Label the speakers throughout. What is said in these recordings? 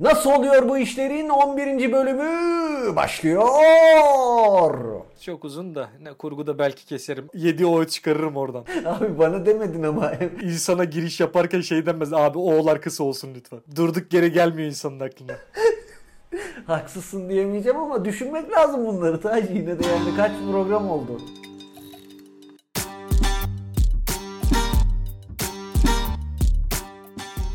Speaker 1: Nasıl oluyor bu işlerin 11. bölümü başlıyor.
Speaker 2: Çok uzun da ne kurguda belki keserim. 7 o çıkarırım oradan.
Speaker 1: Abi bana demedin ama
Speaker 2: İnsana giriş yaparken şey denmez. Abi oğlar kısa olsun lütfen. Durduk yere gelmiyor insanın aklına.
Speaker 1: haksızsın diyemeyeceğim ama düşünmek lazım bunları. Taci yine de yani kaç program oldu.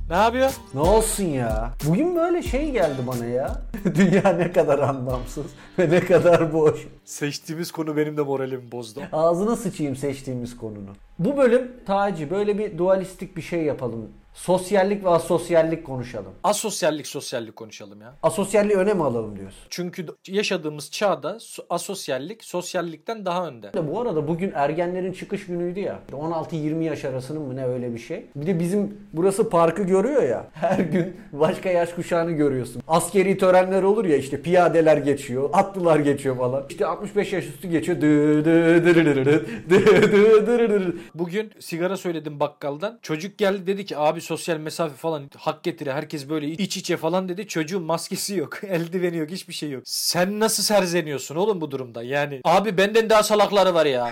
Speaker 2: ne yapıyor?
Speaker 1: Ne olsun ya. Bugün böyle şey geldi bana ya. Dünya ne kadar anlamsız ve ne kadar boş.
Speaker 2: Seçtiğimiz konu benim de moralimi bozdu.
Speaker 1: Ağzına sıçayım seçtiğimiz konunu. Bu bölüm Taci böyle bir dualistik bir şey yapalım. Sosyallik ve asosyallik konuşalım.
Speaker 2: Asosyallik sosyallik konuşalım ya.
Speaker 1: Asosyalliği öne mi alalım diyorsun?
Speaker 2: Çünkü yaşadığımız çağda so- asosyallik sosyallikten daha önde.
Speaker 1: Bir de Bu arada bugün ergenlerin çıkış günüydü ya. 16-20 yaş arasının mı ne öyle bir şey. Bir de bizim burası parkı görüyor ya. Her gün başka yaş kuşağını görüyorsun. Askeri törenler olur ya işte piyadeler geçiyor, atlılar geçiyor falan. İşte 65 yaş üstü geçiyor. Dı dı dırı dırı dı, dı dı dırı dırı.
Speaker 2: Bugün sigara söyledim bakkaldan. Çocuk geldi dedi ki abi sosyal mesafe falan hak getire. Herkes böyle iç içe falan dedi. Çocuğun maskesi yok. Eldiveni yok. Hiçbir şey yok. Sen nasıl serzeniyorsun oğlum bu durumda? Yani abi benden daha salakları var ya.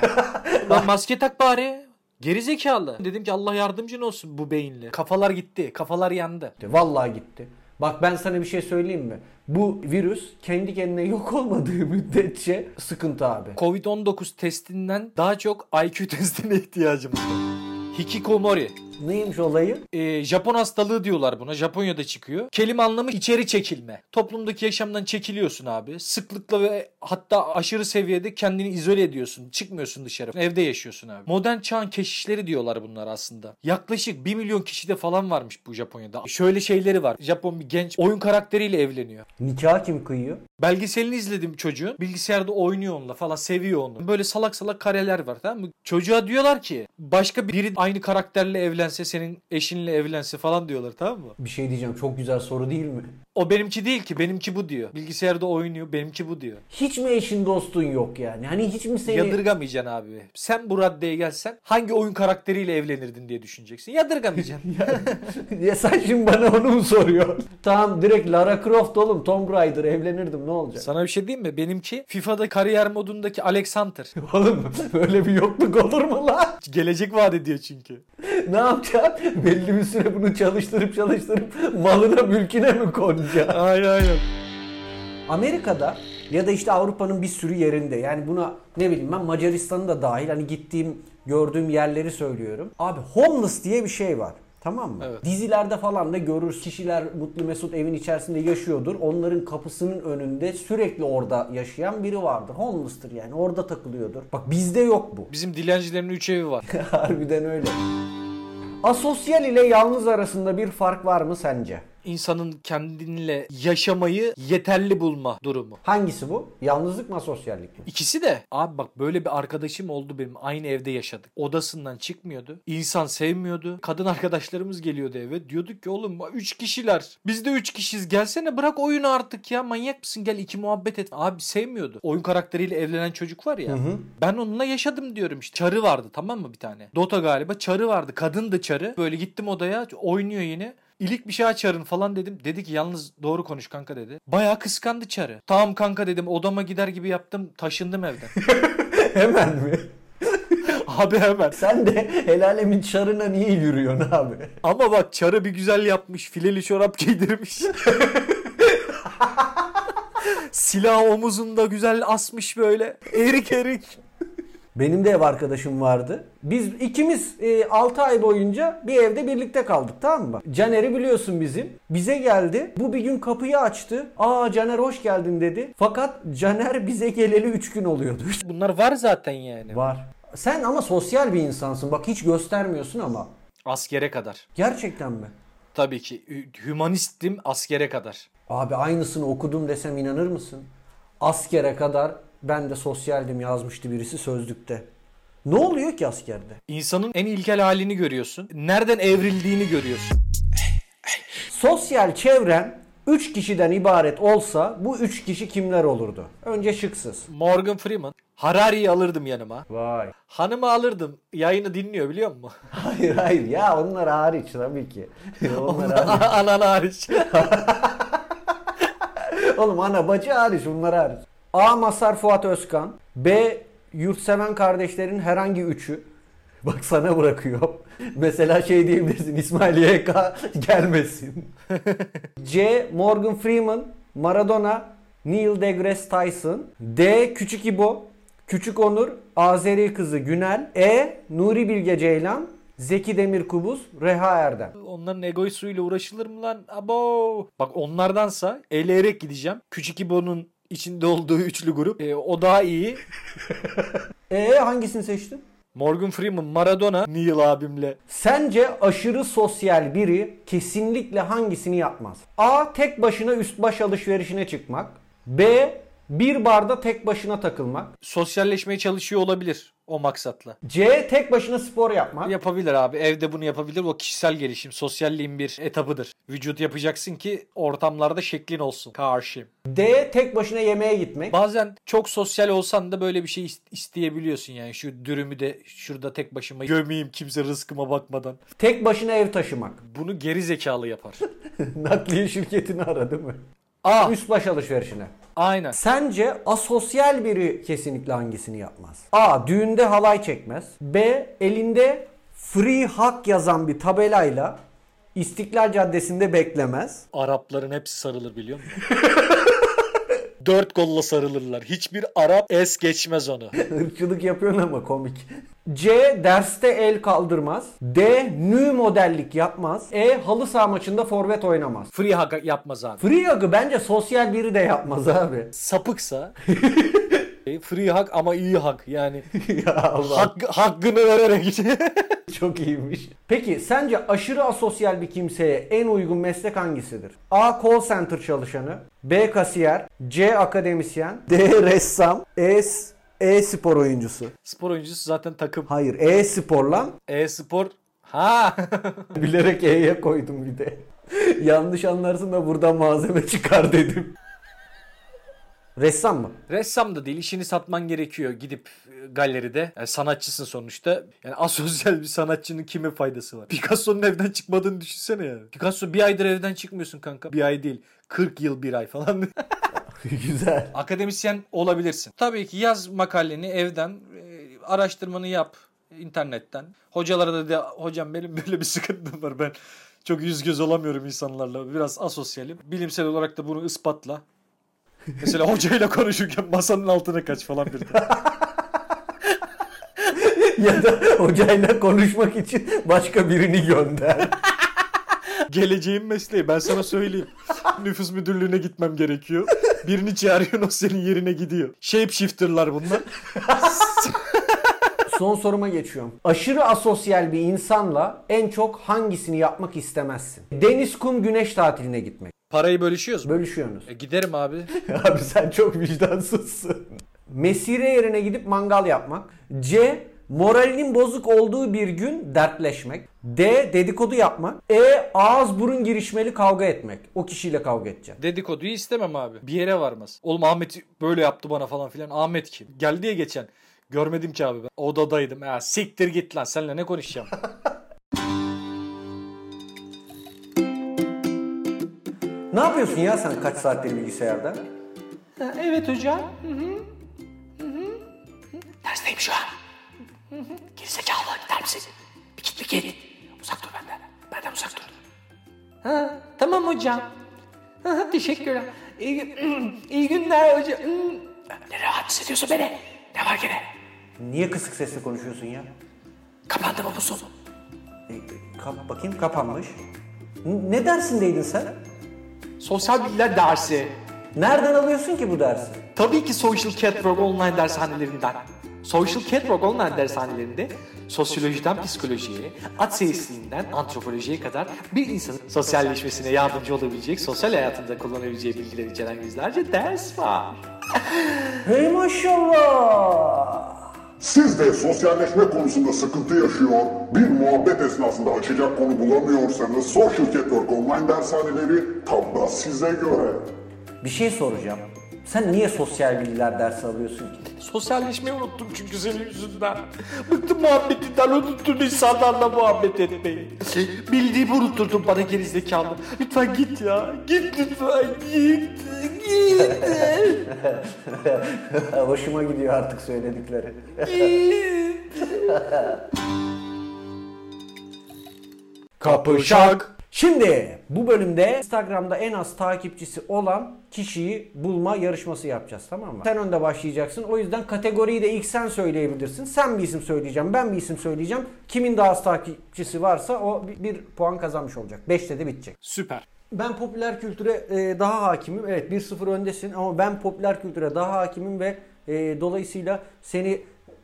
Speaker 2: Lan maske tak bari. Geri zekalı. Dedim ki Allah yardımcın olsun bu beyinle. Kafalar gitti. Kafalar yandı.
Speaker 1: Gitti. Vallahi gitti. Bak ben sana bir şey söyleyeyim mi? Bu virüs kendi kendine yok olmadığı müddetçe sıkıntı abi.
Speaker 2: Covid-19 testinden daha çok IQ testine ihtiyacımız var. Hikikomori.
Speaker 1: Neymiş olayı?
Speaker 2: Ee, Japon hastalığı diyorlar buna. Japonya'da çıkıyor. Kelime anlamı içeri çekilme. Toplumdaki yaşamdan çekiliyorsun abi. Sıklıkla ve hatta aşırı seviyede kendini izole ediyorsun. Çıkmıyorsun dışarı. Evde yaşıyorsun abi. Modern çağın keşişleri diyorlar bunlar aslında. Yaklaşık 1 milyon kişi de falan varmış bu Japonya'da. Şöyle şeyleri var. Japon bir genç oyun karakteriyle evleniyor.
Speaker 1: Nikah kim kıyıyor?
Speaker 2: Belgeselini izledim çocuğun. Bilgisayarda oynuyor onunla falan seviyor onu. Böyle salak salak kareler var tamam mı? Çocuğa diyorlar ki başka biri aynı karakterle evlense senin eşinle evlense falan diyorlar tamam mı?
Speaker 1: Bir şey diyeceğim çok güzel soru değil mi?
Speaker 2: O benimki değil ki benimki bu diyor. Bilgisayarda oynuyor benimki bu diyor.
Speaker 1: Hiç mi eşin dostun yok yani? Hani hiç mi
Speaker 2: Şey-
Speaker 1: seni...
Speaker 2: Yadırgamayacaksın abi. Sen bu raddeye gelsen hangi oyun karakteriyle evlenirdin diye düşüneceksin. Yadırgamayacaksın.
Speaker 1: ya sen şimdi bana onu mu soruyorsun? tamam direkt Lara Croft oğlum Tomb Raider evlenirdim ne olacak?
Speaker 2: Sana bir şey diyeyim mi? Benimki FIFA'da kariyer modundaki Alex Hunter.
Speaker 1: Oğlum böyle bir yokluk olur mu lan?
Speaker 2: Gelecek vaat ediyor çünkü.
Speaker 1: ne yapacaksın? Belli bir süre bunu çalıştırıp çalıştırıp malına mülküne mi konacaksın?
Speaker 2: Aynen aynen.
Speaker 1: Amerika'da ya da işte Avrupa'nın bir sürü yerinde yani buna ne bileyim ben Macaristan'ı da dahil hani gittiğim gördüğüm yerleri söylüyorum. Abi homeless diye bir şey var. Tamam mı?
Speaker 2: Evet.
Speaker 1: Dizilerde falan da görür kişiler mutlu mesut evin içerisinde yaşıyordur. Onların kapısının önünde sürekli orada yaşayan biri vardır. Homeless'tır yani orada takılıyordur. Bak bizde yok bu.
Speaker 2: Bizim dilencilerin 3 evi var.
Speaker 1: Harbiden öyle. Asosyal ile yalnız arasında bir fark var mı sence?
Speaker 2: insanın kendinle yaşamayı yeterli bulma durumu.
Speaker 1: Hangisi bu? Yalnızlık mı asosyallik mi?
Speaker 2: İkisi de abi bak böyle bir arkadaşım oldu benim aynı evde yaşadık. Odasından çıkmıyordu. İnsan sevmiyordu. Kadın arkadaşlarımız geliyordu eve. Diyorduk ki oğlum 3 kişiler. Biz de 3 kişiyiz. Gelsene bırak oyunu artık ya. Manyak mısın? Gel iki muhabbet et. Abi sevmiyordu. Oyun karakteriyle evlenen çocuk var ya. Ben onunla yaşadım diyorum işte. Çarı vardı tamam mı bir tane? Dota galiba çarı vardı. Kadın da çarı. Böyle gittim odaya oynuyor yine. İlik bir şey açarın falan dedim. Dedi ki yalnız doğru konuş kanka dedi. Bayağı kıskandı çarı. Tamam kanka dedim odama gider gibi yaptım taşındım evden.
Speaker 1: Hemen mi?
Speaker 2: abi hemen.
Speaker 1: Sen de el alemin çarına niye yürüyorsun abi?
Speaker 2: Ama bak çarı bir güzel yapmış. Fileli çorap giydirmiş. Silah omuzunda güzel asmış böyle. Erik erik.
Speaker 1: Benim de ev arkadaşım vardı. Biz ikimiz 6 ay boyunca bir evde birlikte kaldık tamam mı? Caner'i biliyorsun bizim. Bize geldi. Bu bir gün kapıyı açtı. Aa Caner hoş geldin dedi. Fakat Caner bize geleli 3 gün oluyordu.
Speaker 2: Bunlar var zaten yani.
Speaker 1: Var. Sen ama sosyal bir insansın. Bak hiç göstermiyorsun ama.
Speaker 2: Askere kadar.
Speaker 1: Gerçekten mi?
Speaker 2: Tabii ki. Hü- Hümanistim askere kadar.
Speaker 1: Abi aynısını okudum desem inanır mısın? Askere kadar ben de sosyaldim yazmıştı birisi sözlükte. Ne oluyor ki askerde?
Speaker 2: İnsanın en ilkel halini görüyorsun. Nereden evrildiğini görüyorsun.
Speaker 1: Sosyal çevren 3 kişiden ibaret olsa bu 3 kişi kimler olurdu? Önce şıksız.
Speaker 2: Morgan Freeman. Harari'yi alırdım yanıma.
Speaker 1: Vay.
Speaker 2: Hanımı alırdım. Yayını dinliyor biliyor musun?
Speaker 1: Hayır hayır ya onlar hariç tabii ki. onlar hariç.
Speaker 2: Anan hariç.
Speaker 1: oğlum ana bacı hariç bunlar hariç. A. Masar Fuat Özkan. B. Yurtseven kardeşlerin herhangi üçü. Bak sana bırakıyor. Mesela şey diyebilirsin İsmail YK gelmesin. C. Morgan Freeman, Maradona, Neil deGrasse Tyson. D. Küçük İbo, Küçük Onur, Azeri kızı Günel. E. Nuri Bilge Ceylan, Zeki Demirkubuz, Reha Erdem.
Speaker 2: Onların egoistuyla uğraşılır mı lan? Abo. Bak onlardansa eleyerek gideceğim. Küçük İbo'nun içinde olduğu üçlü grup. E, o daha iyi.
Speaker 1: E hangisini seçtin?
Speaker 2: Morgan Freeman, Maradona, Neil abimle.
Speaker 1: Sence aşırı sosyal biri kesinlikle hangisini yapmaz? A. Tek başına üst baş alışverişine çıkmak. B. Bir barda tek başına takılmak.
Speaker 2: Sosyalleşmeye çalışıyor olabilir o maksatla.
Speaker 1: C. Tek başına spor yapmak.
Speaker 2: Yapabilir abi. Evde bunu yapabilir. O kişisel gelişim, sosyalliğin bir etabıdır. Vücut yapacaksın ki ortamlarda şeklin olsun. Karşı.
Speaker 1: D. Tek başına yemeğe gitmek.
Speaker 2: Bazen çok sosyal olsan da böyle bir şey is- isteyebiliyorsun yani. Şu dürümü de şurada tek başıma gömeyim kimse rızkıma bakmadan.
Speaker 1: Tek başına ev taşımak.
Speaker 2: Bunu geri zekalı yapar.
Speaker 1: Nakliye şirketini aradı mı?
Speaker 2: A.
Speaker 1: Üst baş alışverişine.
Speaker 2: Aynen.
Speaker 1: Sence asosyal biri kesinlikle hangisini yapmaz? A. Düğünde halay çekmez. B. Elinde free hak yazan bir tabelayla İstiklal Caddesi'nde beklemez.
Speaker 2: Arapların hepsi sarılır biliyor musun? Dört kolla sarılırlar. Hiçbir Arap es geçmez onu.
Speaker 1: Irkçılık yapıyorsun ama komik. C. Derste el kaldırmaz. D. Nü modellik yapmaz. E. Halı saha maçında forvet oynamaz.
Speaker 2: Free hug yapmaz abi.
Speaker 1: Free hug'ı bence sosyal biri de yapmaz abi.
Speaker 2: Sapıksa E, free hug ama iyi hak yani.
Speaker 1: ya Allah
Speaker 2: Hak, hakkını vererek.
Speaker 1: çok iyiymiş. Peki sence aşırı asosyal bir kimseye en uygun meslek hangisidir? A. Call center çalışanı. B. Kasiyer. C. Akademisyen. D. Ressam. E. E-spor oyuncusu.
Speaker 2: Spor oyuncusu zaten takım.
Speaker 1: Hayır E-spor lan.
Speaker 2: E-spor. Ha.
Speaker 1: Bilerek E'ye koydum bir de. Yanlış anlarsın da buradan malzeme çıkar dedim. Ressam mı?
Speaker 2: Ressam da değil. işini satman gerekiyor gidip e, galeride. Yani sanatçısın sonuçta. Yani asosyal bir sanatçının kime faydası var? Picasso'nun evden çıkmadığını düşünsene yani. Picasso bir aydır evden çıkmıyorsun kanka. Bir ay değil. 40 yıl bir ay falan.
Speaker 1: Güzel.
Speaker 2: Akademisyen olabilirsin. Tabii ki yaz makaleni evden, e, araştırmanı yap internetten. Hocalara da de hocam benim böyle bir sıkıntım var ben çok yüz göz olamıyorum insanlarla biraz asosyalim. Bilimsel olarak da bunu ispatla. Mesela hocayla konuşurken masanın altına kaç falan bir de.
Speaker 1: ya da hocayla konuşmak için başka birini gönder.
Speaker 2: Geleceğin mesleği ben sana söyleyeyim. Nüfus müdürlüğüne gitmem gerekiyor. Birini çağırıyorsun o senin yerine gidiyor. Shapeshifter'lar bunlar.
Speaker 1: Son soruma geçiyorum. Aşırı asosyal bir insanla en çok hangisini yapmak istemezsin? Deniz, kum, güneş tatiline gitmek.
Speaker 2: Parayı bölüşüyoruz mu?
Speaker 1: Bölüşüyorsunuz.
Speaker 2: E, giderim abi.
Speaker 1: Abi sen çok vicdansızsın. Mesire yerine gidip mangal yapmak. C. Moralinin bozuk olduğu bir gün dertleşmek. D. Dedikodu yapmak. E. Ağız burun girişmeli kavga etmek. O kişiyle kavga edeceksin.
Speaker 2: Dedikoduyu istemem abi. Bir yere varmaz. Oğlum Ahmet böyle yaptı bana falan filan. Ahmet kim? Geldi diye geçen. Görmedim ki abi ben. Odadaydım. Ha, siktir git lan. Seninle ne konuşacağım?
Speaker 1: Ne yapıyorsun ya sen kaç saattir bilgisayarda?
Speaker 2: evet hocam.
Speaker 3: Dersteyim şu an. Gerizekalı gider misin? Bir git bir git. Uzak dur benden. Benden uzak dur.
Speaker 4: Ha, tamam hocam. Teşekkürler. İyi, gün- iyi günler hocam.
Speaker 3: Ne rahat hissediyorsun beni? Ne var gene?
Speaker 1: Niye kısık sesle konuşuyorsun ya?
Speaker 3: Kapandı mı bu son?
Speaker 1: E, kap, bakayım kapanmış. N- Ne dersindeydin sen?
Speaker 4: Sosyal bilgiler dersi.
Speaker 1: Nereden alıyorsun ki bu dersi?
Speaker 4: Tabii ki Social Catwalk online dershanelerinden. Social Catwalk online dershanelerinde sosyolojiden psikolojiye, ateistliğinden antropolojiye kadar bir insanın sosyalleşmesine yardımcı olabilecek, sosyal hayatında kullanabileceği bilgiler içeren yüzlerce ders var.
Speaker 1: Hey maşallah.
Speaker 5: Siz de sosyalleşme konusunda sıkıntı yaşıyor, bir muhabbet esnasında açacak konu bulamıyorsanız Social Network Online dershaneleri tam da size göre.
Speaker 1: Bir şey soracağım. Sen niye sosyal bilgiler dersi alıyorsun ki?
Speaker 4: Sosyalleşmeyi unuttum çünkü senin yüzünden. Bıktım muhabbetinden unuttun insanlarla muhabbet etmeyi. Bildiğimi unutturdun bana gerizekalı. Lütfen git ya. Git lütfen git. Git.
Speaker 1: Hoşuma gidiyor artık söyledikleri.
Speaker 2: Kapışak.
Speaker 1: Şimdi bu bölümde Instagram'da en az takipçisi olan kişiyi bulma yarışması yapacağız tamam mı? Sen önde başlayacaksın. O yüzden kategoriyi de ilk sen söyleyebilirsin. Sen bir isim söyleyeceğim, ben bir isim söyleyeceğim. Kimin daha az takipçisi varsa o bir, bir puan kazanmış olacak. 5'te de bitecek.
Speaker 2: Süper.
Speaker 1: Ben popüler kültüre e, daha hakimim. Evet 1-0 öndesin ama ben popüler kültüre daha hakimim ve e, dolayısıyla seni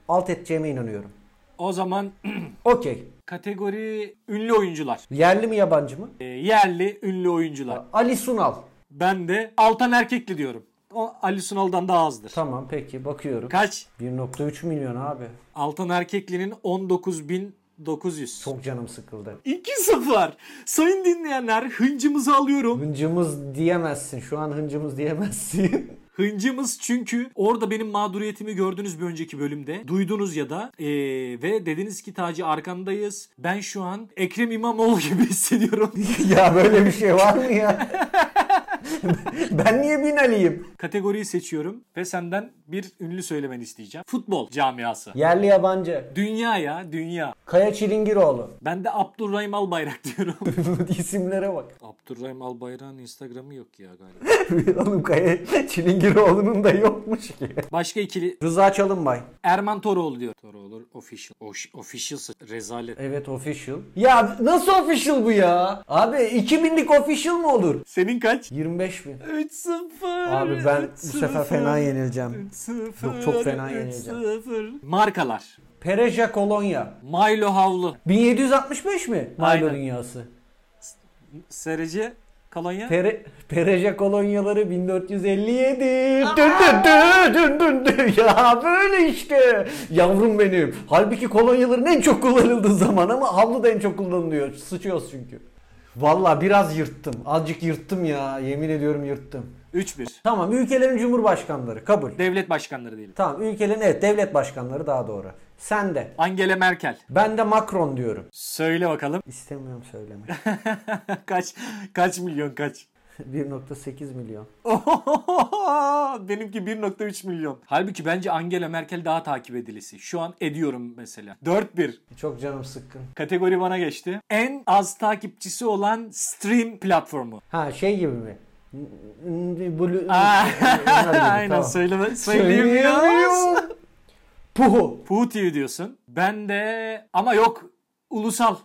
Speaker 1: alt edeceğime inanıyorum.
Speaker 2: O zaman
Speaker 1: Okey.
Speaker 2: kategori ünlü oyuncular.
Speaker 1: Yerli mi yabancı mı?
Speaker 2: Ee, yerli ünlü oyuncular.
Speaker 1: Ali Sunal.
Speaker 2: Ben de Altan Erkekli diyorum. O Ali Sunal'dan daha azdır.
Speaker 1: Tamam peki bakıyorum.
Speaker 2: Kaç?
Speaker 1: 1.3 milyon abi.
Speaker 2: Altan Erkekli'nin 19.900.
Speaker 1: Çok canım sıkıldı.
Speaker 2: 2-0. Sayın dinleyenler hıncımızı alıyorum.
Speaker 1: Hıncımız diyemezsin. Şu an hıncımız diyemezsin.
Speaker 2: Hıncımız çünkü orada benim mağduriyetimi gördünüz bir önceki bölümde. Duydunuz ya da Ee, ve dediniz ki Taci arkandayız. Ben şu an Ekrem İmamoğlu gibi hissediyorum.
Speaker 1: ya böyle bir şey var mı ya? ben niye Binali'yim?
Speaker 2: Kategoriyi seçiyorum ve senden bir ünlü söylemeni isteyeceğim. Futbol camiası.
Speaker 1: Yerli yabancı.
Speaker 2: Dünya ya dünya.
Speaker 1: Kaya Çilingiroğlu.
Speaker 2: Ben de Abdurrahim Albayrak diyorum.
Speaker 1: İsimlere bak.
Speaker 2: Abdurrahim Albayrak'ın Instagram'ı yok ya galiba.
Speaker 1: Oğlum Kaya Çilingiroğlu'nun da yokmuş ki.
Speaker 2: Başka ikili
Speaker 1: Rıza Çalınbay.
Speaker 2: Erman Toroğlu diyor. Toroğlu official. Oş- official rezalet.
Speaker 1: Evet official. Ya nasıl official bu ya? Abi 2000'lik official mı olur?
Speaker 2: Senin kaç?
Speaker 1: 25 bin.
Speaker 2: 3-0.
Speaker 1: Abi ben bu sefer fena yenileceğim. Yok, çok fena yenileceğim.
Speaker 2: Markalar.
Speaker 1: Pereja Kolonya.
Speaker 2: Milo havlu.
Speaker 1: 1765 mi? Milo
Speaker 2: Aynen.
Speaker 1: dünyası.
Speaker 2: Serece kolonya.
Speaker 1: Pere, Pereja kolonyaları 1457. Dün dün dün dün dün dün. Ya böyle işte. Yavrum benim. Halbuki kolonyaların en çok kullanıldığı zaman ama havlu da en çok kullanılıyor. Sıçıyoruz çünkü. Valla biraz yırttım. Azıcık yırttım ya. Yemin ediyorum yırttım.
Speaker 2: 3-1.
Speaker 1: Tamam ülkelerin cumhurbaşkanları kabul.
Speaker 2: Devlet başkanları değil.
Speaker 1: Tamam ülkelerin evet devlet başkanları daha doğru. Sen de.
Speaker 2: Angela Merkel.
Speaker 1: Ben de Macron diyorum.
Speaker 2: Söyle bakalım.
Speaker 1: İstemiyorum söylemek.
Speaker 2: kaç kaç milyon kaç?
Speaker 1: 1.8 milyon.
Speaker 2: Benimki 1.3 milyon. Halbuki bence Angela Merkel daha takip edilisi. Şu an ediyorum mesela. 4-1.
Speaker 1: Çok canım sıkkın.
Speaker 2: Kategori bana geçti. En az takipçisi olan stream platformu.
Speaker 1: Ha şey gibi mi? Blue...
Speaker 2: Aa, Aynen
Speaker 1: Aynen
Speaker 2: söyleme. Söyleyemiyoruz.
Speaker 1: Puhu.
Speaker 2: Puhu TV diyorsun. Ben de ama yok ulusal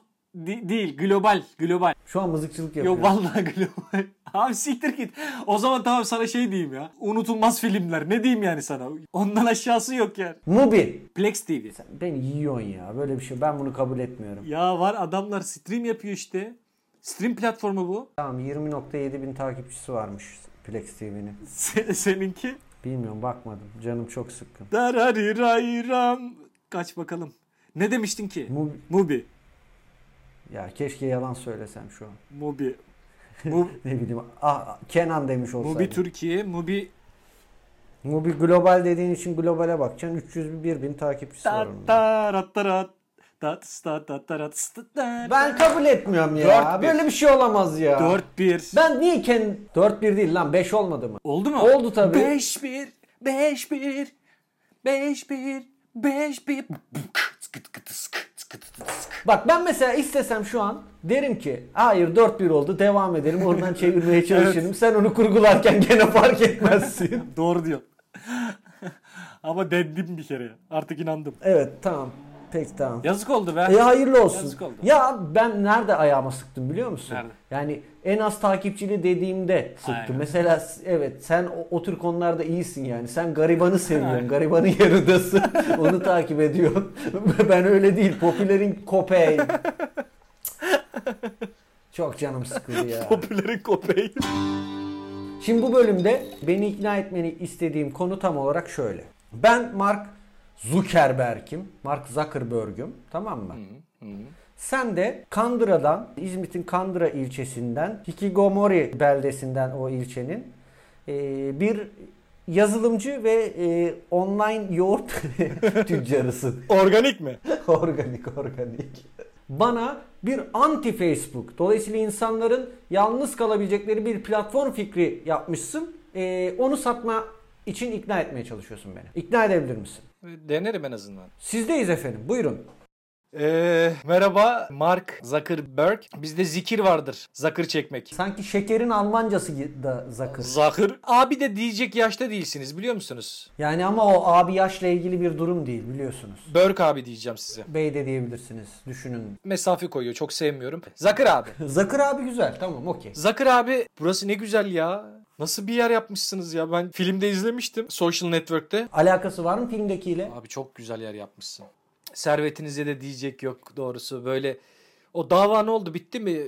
Speaker 2: Di- değil global global.
Speaker 1: Şu an mızıkçılık
Speaker 2: Yok
Speaker 1: yapıyorum.
Speaker 2: vallahi global. Abi siktir git. O zaman tamam sana şey diyeyim ya. Unutulmaz filmler. Ne diyeyim yani sana? Ondan aşağısı yok yani.
Speaker 1: Mubi.
Speaker 2: Plex TV.
Speaker 1: Beni yiyorsun ya. Böyle bir şey. Ben bunu kabul etmiyorum.
Speaker 2: Ya var adamlar stream yapıyor işte. Stream platformu bu.
Speaker 1: Tamam 20.7 bin takipçisi varmış Plex TV'nin.
Speaker 2: Se- seninki.
Speaker 1: Bilmiyorum bakmadım. Canım çok sıkkın.
Speaker 2: Dararirayram. Kaç bakalım. Ne demiştin ki?
Speaker 1: Mubi.
Speaker 2: Mubi.
Speaker 1: Ya keşke yalan söylesem şu an.
Speaker 2: Mubi. Mu-
Speaker 1: Ne bileyim. Ah, Kenan demiş olsaydım.
Speaker 2: Mubi Türkiye. Mubi.
Speaker 1: Mubi global dediğin için globale bakacaksın. 301 bin takipçisi var onun.
Speaker 2: Tatarattarat. Tatstatataratstat-
Speaker 1: Ben kabul etmiyorum ya.
Speaker 2: Dört bir.
Speaker 1: Böyle bir şey olamaz ya.
Speaker 2: 4-1.
Speaker 1: Ben niye kendi... 4-1 değil lan 5 olmadı mı?
Speaker 2: Oldu mu?
Speaker 1: Oldu tabii.
Speaker 2: 5-1. 5-1. 5-1. 5-1.
Speaker 1: Bak ben mesela istesem şu an derim ki hayır 4-1 oldu devam edelim oradan çevirmeye çalışırım. Sen onu kurgularken gene fark etmezsin.
Speaker 2: Doğru diyor. Ama dendim bir kere. Artık inandım.
Speaker 1: evet tamam. Pek tamam.
Speaker 2: Yazık oldu be.
Speaker 1: E hayırlı olsun.
Speaker 2: Yazık oldu.
Speaker 1: Ya ben nerede ayağıma sıktım biliyor musun?
Speaker 2: Nerede?
Speaker 1: Yani en az takipçili dediğimde sıktım.
Speaker 2: Aynen.
Speaker 1: Mesela s- evet sen o, o tür konularda iyisin yani. Sen garibanı seviyorsun. garibanın yanındasın. Onu takip ediyorsun. ben öyle değil. Popülerin kopey. Çok canım sıkıldı ya.
Speaker 2: Popülerin kopeyi.
Speaker 1: Şimdi bu bölümde beni ikna etmeni istediğim konu tam olarak şöyle. Ben Mark Zuckerberg'im. Mark Zuckerberg'üm. Tamam mı? Sen de Kandıra'dan, İzmit'in Kandıra ilçesinden, Hikigomori beldesinden o ilçenin eee, bir yazılımcı ve eee, online yoğurt tüccarısın.
Speaker 2: Organik mi?
Speaker 1: organik organik. Bana bir anti Facebook. Dolayısıyla insanların yalnız kalabilecekleri bir platform fikri yapmışsın. Ee, onu satma için ikna etmeye çalışıyorsun beni. İkna edebilir misin?
Speaker 2: Denerim en azından.
Speaker 1: Sizdeyiz efendim. Buyurun.
Speaker 2: Ee, merhaba Mark Zuckerberg. Bizde zikir vardır. Zakır çekmek.
Speaker 1: Sanki şekerin Almancası gi- da zakır.
Speaker 2: Zakır. Abi de diyecek yaşta değilsiniz biliyor musunuz?
Speaker 1: Yani ama o abi yaşla ilgili bir durum değil biliyorsunuz.
Speaker 2: Börk abi diyeceğim size.
Speaker 1: Bey de diyebilirsiniz. Düşünün.
Speaker 2: Mesafe koyuyor çok sevmiyorum. Zakır abi.
Speaker 1: Zakır abi güzel. Tamam okey.
Speaker 2: Zakır abi burası ne güzel ya. Nasıl bir yer yapmışsınız ya ben filmde izlemiştim. Social Network'te.
Speaker 1: Alakası var mı filmdekiyle?
Speaker 2: Abi çok güzel yer yapmışsın. Servetinize de diyecek yok doğrusu böyle. O dava ne oldu bitti mi?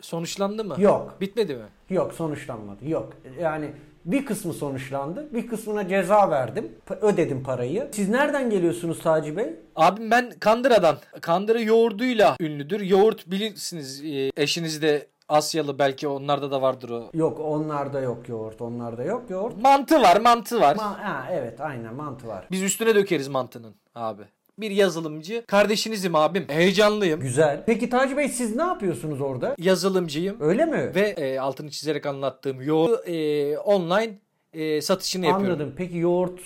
Speaker 2: Sonuçlandı mı?
Speaker 1: Yok.
Speaker 2: Bitmedi mi?
Speaker 1: Yok sonuçlanmadı. Yok. Yani bir kısmı sonuçlandı. Bir kısmına ceza verdim. pa- Ödedim parayı. Siz nereden geliyorsunuz Taci Bey?
Speaker 2: Abim ben Kandıra'dan. Kandıra yoğurduyla ünlüdür. Yoğurt bilirsiniz e, eşiniz de Asyalı belki onlarda da vardır o.
Speaker 1: Yok onlarda yok yoğurt. Onlarda yok yoğurt.
Speaker 2: Mantı var mantı var.
Speaker 1: Ma- ha, evet aynen mantı var.
Speaker 2: Biz üstüne dökeriz mantının abi. Bir yazılımcı. Kardeşinizim abim. Heyecanlıyım.
Speaker 1: Güzel. Peki Taci Bey siz ne yapıyorsunuz orada?
Speaker 2: Yazılımcıyım.
Speaker 1: Öyle mi?
Speaker 2: Ve e, altını çizerek anlattığım yoğurt e, online e, satışını yapıyorum.
Speaker 1: Anladım. Peki yoğurt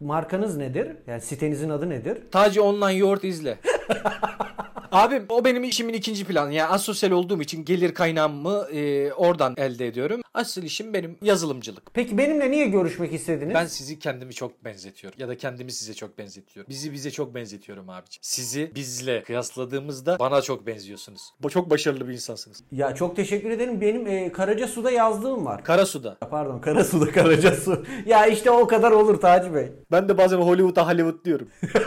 Speaker 1: markanız nedir? Yani sitenizin adı nedir?
Speaker 2: Taci online yoğurt izle. Abim o benim işimin ikinci planı. Yani asosyal olduğum için gelir kaynağımı e, oradan elde ediyorum. Asıl işim benim yazılımcılık.
Speaker 1: Peki benimle niye görüşmek istediniz?
Speaker 2: Ben sizi kendimi çok benzetiyorum. Ya da kendimi size çok benzetiyorum. Bizi bize çok benzetiyorum abiciğim. Sizi bizle kıyasladığımızda bana çok benziyorsunuz. Bu çok başarılı bir insansınız.
Speaker 1: Ya çok teşekkür ederim. Benim e, Karacasu'da yazdığım var.
Speaker 2: Karasu'da.
Speaker 1: Pardon Karasu'da Karacasu. ya işte o kadar olur Taci Bey.
Speaker 2: Ben de bazen Hollywood'a Hollywood diyorum.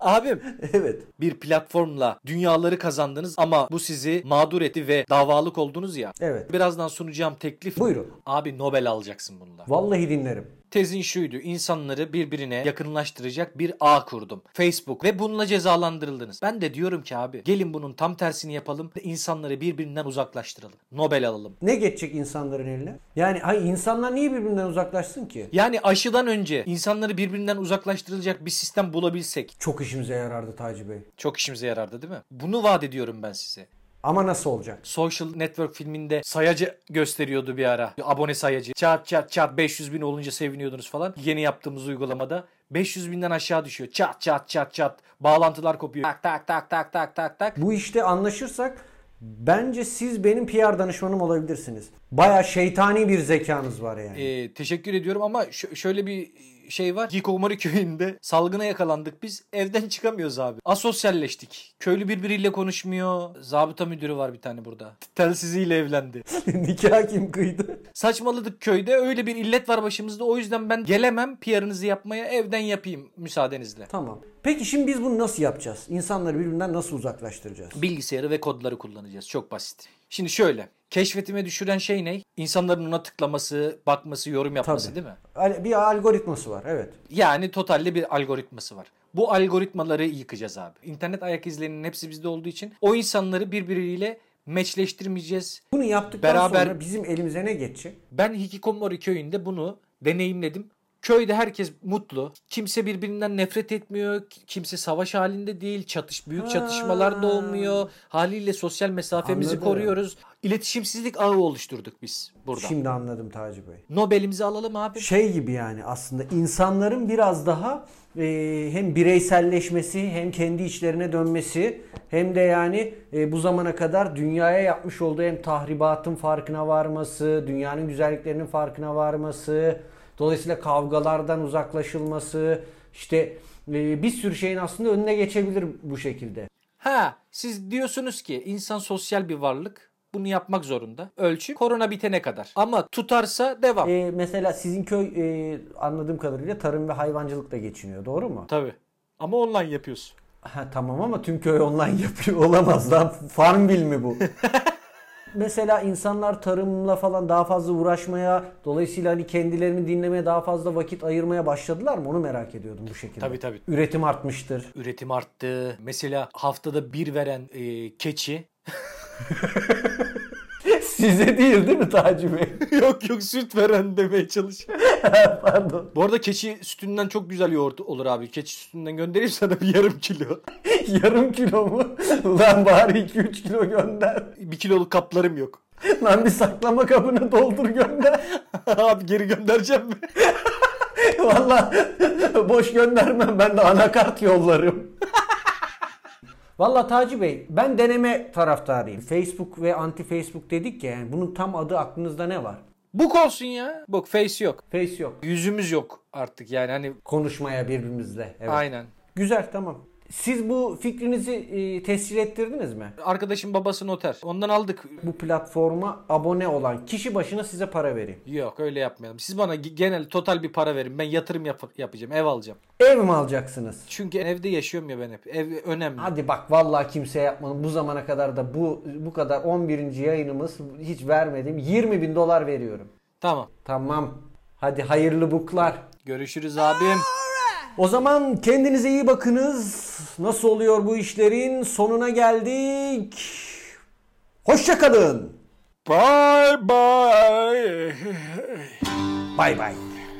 Speaker 2: Abim
Speaker 1: evet.
Speaker 2: bir platformla dünyaları kazandınız ama bu sizi mağdur etti ve davalık oldunuz ya.
Speaker 1: Evet.
Speaker 2: Birazdan sunacağım teklif.
Speaker 1: Buyurun.
Speaker 2: Abi Nobel alacaksın bununla.
Speaker 1: Vallahi dinlerim.
Speaker 2: Tezin şuydu. insanları birbirine yakınlaştıracak bir ağ kurdum. Facebook ve bununla cezalandırıldınız. Ben de diyorum ki abi gelin bunun tam tersini yapalım ve insanları birbirinden uzaklaştıralım. Nobel alalım.
Speaker 1: Ne geçecek insanların eline? Yani ay insanlar niye birbirinden uzaklaşsın ki?
Speaker 2: Yani aşıdan önce insanları birbirinden uzaklaştırılacak bir sistem bulabilsek
Speaker 1: Çok işimize yarardı Taci Bey.
Speaker 2: çok işimize yarardı değil mi? Bunu vaat ediyorum ben size.
Speaker 1: Ama nasıl olacak?
Speaker 2: Social Network filminde sayacı gösteriyordu bir ara. Abone sayacı. Çat çat çat 500 bin olunca seviniyordunuz falan. Yeni yaptığımız uygulamada 500 binden aşağı düşüyor. Çat çat çat çat. Bağlantılar kopuyor. Tak tak tak tak tak tak tak.
Speaker 1: Bu işte anlaşırsak bence siz benim PR danışmanım olabilirsiniz. Baya şeytani bir zekanız var yani.
Speaker 2: Ee, teşekkür ediyorum ama şö- şöyle bir şey var. Gikomori köyünde salgına yakalandık biz. Evden çıkamıyoruz abi. Asosyalleştik. Köylü birbiriyle konuşmuyor. Zabıta müdürü var bir tane burada. Telsiziyle evlendi.
Speaker 1: Nikah kim kıydı?
Speaker 2: Saçmaladık köyde. Öyle bir illet var başımızda. O yüzden ben gelemem PR'ınızı yapmaya. Evden yapayım müsaadenizle.
Speaker 1: Tamam. Peki şimdi biz bunu nasıl yapacağız? İnsanları birbirinden nasıl uzaklaştıracağız?
Speaker 2: Bilgisayarı ve kodları kullanacağız. Çok basit. Şimdi şöyle. Keşfetime düşüren şey ne? İnsanların ona tıklaması, bakması, yorum yapması
Speaker 1: Tabii.
Speaker 2: değil mi?
Speaker 1: Al- Bir algoritması var evet.
Speaker 2: Yani totalde bir algoritması var. Bu algoritmaları yıkacağız abi. İnternet ayak izlerinin hepsi bizde olduğu için o insanları birbiriyle meçleştirmeyeceğiz.
Speaker 1: Bunu yaptıktan
Speaker 2: Beraber-
Speaker 1: sonra bizim elimize ne geçecek?
Speaker 2: Ben Hikikomori köyünde bunu deneyimledim. Köyde herkes mutlu. Kimse birbirinden nefret etmiyor. Kimse savaş halinde değil. Çatış büyük çatışmalar da olmuyor. Haliyle sosyal mesafemizi
Speaker 1: Anladım.
Speaker 2: koruyoruz. İletişimsizlik ağı oluşturduk biz burada.
Speaker 1: Şimdi anladım Taci Bey.
Speaker 2: Nobel'imizi alalım abi.
Speaker 1: Şey gibi yani aslında insanların biraz daha e, hem bireyselleşmesi hem kendi içlerine dönmesi hem de yani e, bu zamana kadar dünyaya yapmış olduğu hem tahribatın farkına varması, dünyanın güzelliklerinin farkına varması, dolayısıyla kavgalardan uzaklaşılması, işte e, bir sürü şeyin aslında önüne geçebilir bu şekilde.
Speaker 2: Ha siz diyorsunuz ki insan sosyal bir varlık. Bunu yapmak zorunda. Ölçü korona bitene kadar. Ama tutarsa devam.
Speaker 1: E, mesela sizin köy e, anladığım kadarıyla tarım ve hayvancılıkla geçiniyor doğru mu?
Speaker 2: Tabii. Ama online yapıyorsun.
Speaker 1: Ha, tamam ama tüm köy online yapıyor olamaz lan. Farmville mi bu? Mesela insanlar tarımla falan daha fazla uğraşmaya, dolayısıyla hani kendilerini dinlemeye daha fazla vakit ayırmaya başladılar mı? Onu merak ediyordum bu şekilde.
Speaker 2: Tabii, tabii.
Speaker 1: Üretim artmıştır.
Speaker 2: Üretim arttı. Mesela haftada bir veren e, keçi.
Speaker 1: Size değil değil mi Taci Bey?
Speaker 2: yok yok süt veren demeye çalışıyor.
Speaker 1: Pardon.
Speaker 2: Bu arada keçi sütünden çok güzel yoğurt olur abi. Keçi sütünden göndereyim sana bir yarım kilo.
Speaker 1: Yarım kilo mu? Ulan bari 2-3 kilo gönder.
Speaker 2: bir kiloluk kaplarım yok.
Speaker 1: Lan bir saklama kabını doldur gönder.
Speaker 2: abi geri göndereceğim mi?
Speaker 1: Valla boş göndermem ben de anakart yollarım. Valla Taci Bey ben deneme taraftarıyım. Facebook ve anti Facebook dedik ya yani bunun tam adı aklınızda ne var?
Speaker 2: Buk olsun ya. Bak face yok.
Speaker 1: Face yok.
Speaker 2: Yüzümüz yok artık yani hani
Speaker 1: Konuşmaya birbirimizle. Evet.
Speaker 2: aynen.
Speaker 1: Güzel tamam. Siz bu fikrinizi e, tescil ettirdiniz mi?
Speaker 2: Arkadaşım babası noter. Ondan aldık.
Speaker 1: Bu platforma abone olan kişi başına size para vereyim.
Speaker 2: Yok öyle yapmayalım. Siz bana ge- genel total bir para verin. Ben yatırım yap- yapacağım. Ev alacağım.
Speaker 1: Ev mi alacaksınız?
Speaker 2: Çünkü evde yaşıyorum ya ben hep. Ev önemli.
Speaker 1: Hadi bak vallahi kimse yapmadım. Bu zamana kadar da bu bu kadar 11. yayınımız hiç vermedim. 20 bin dolar veriyorum.
Speaker 2: Tamam.
Speaker 1: Tamam. Hadi hayırlı buklar.
Speaker 2: Görüşürüz abim.
Speaker 1: O zaman kendinize iyi bakınız. Nasıl oluyor bu işlerin? Sonuna geldik. Hoşça kalın.
Speaker 2: Bye bye.
Speaker 1: Bay bay.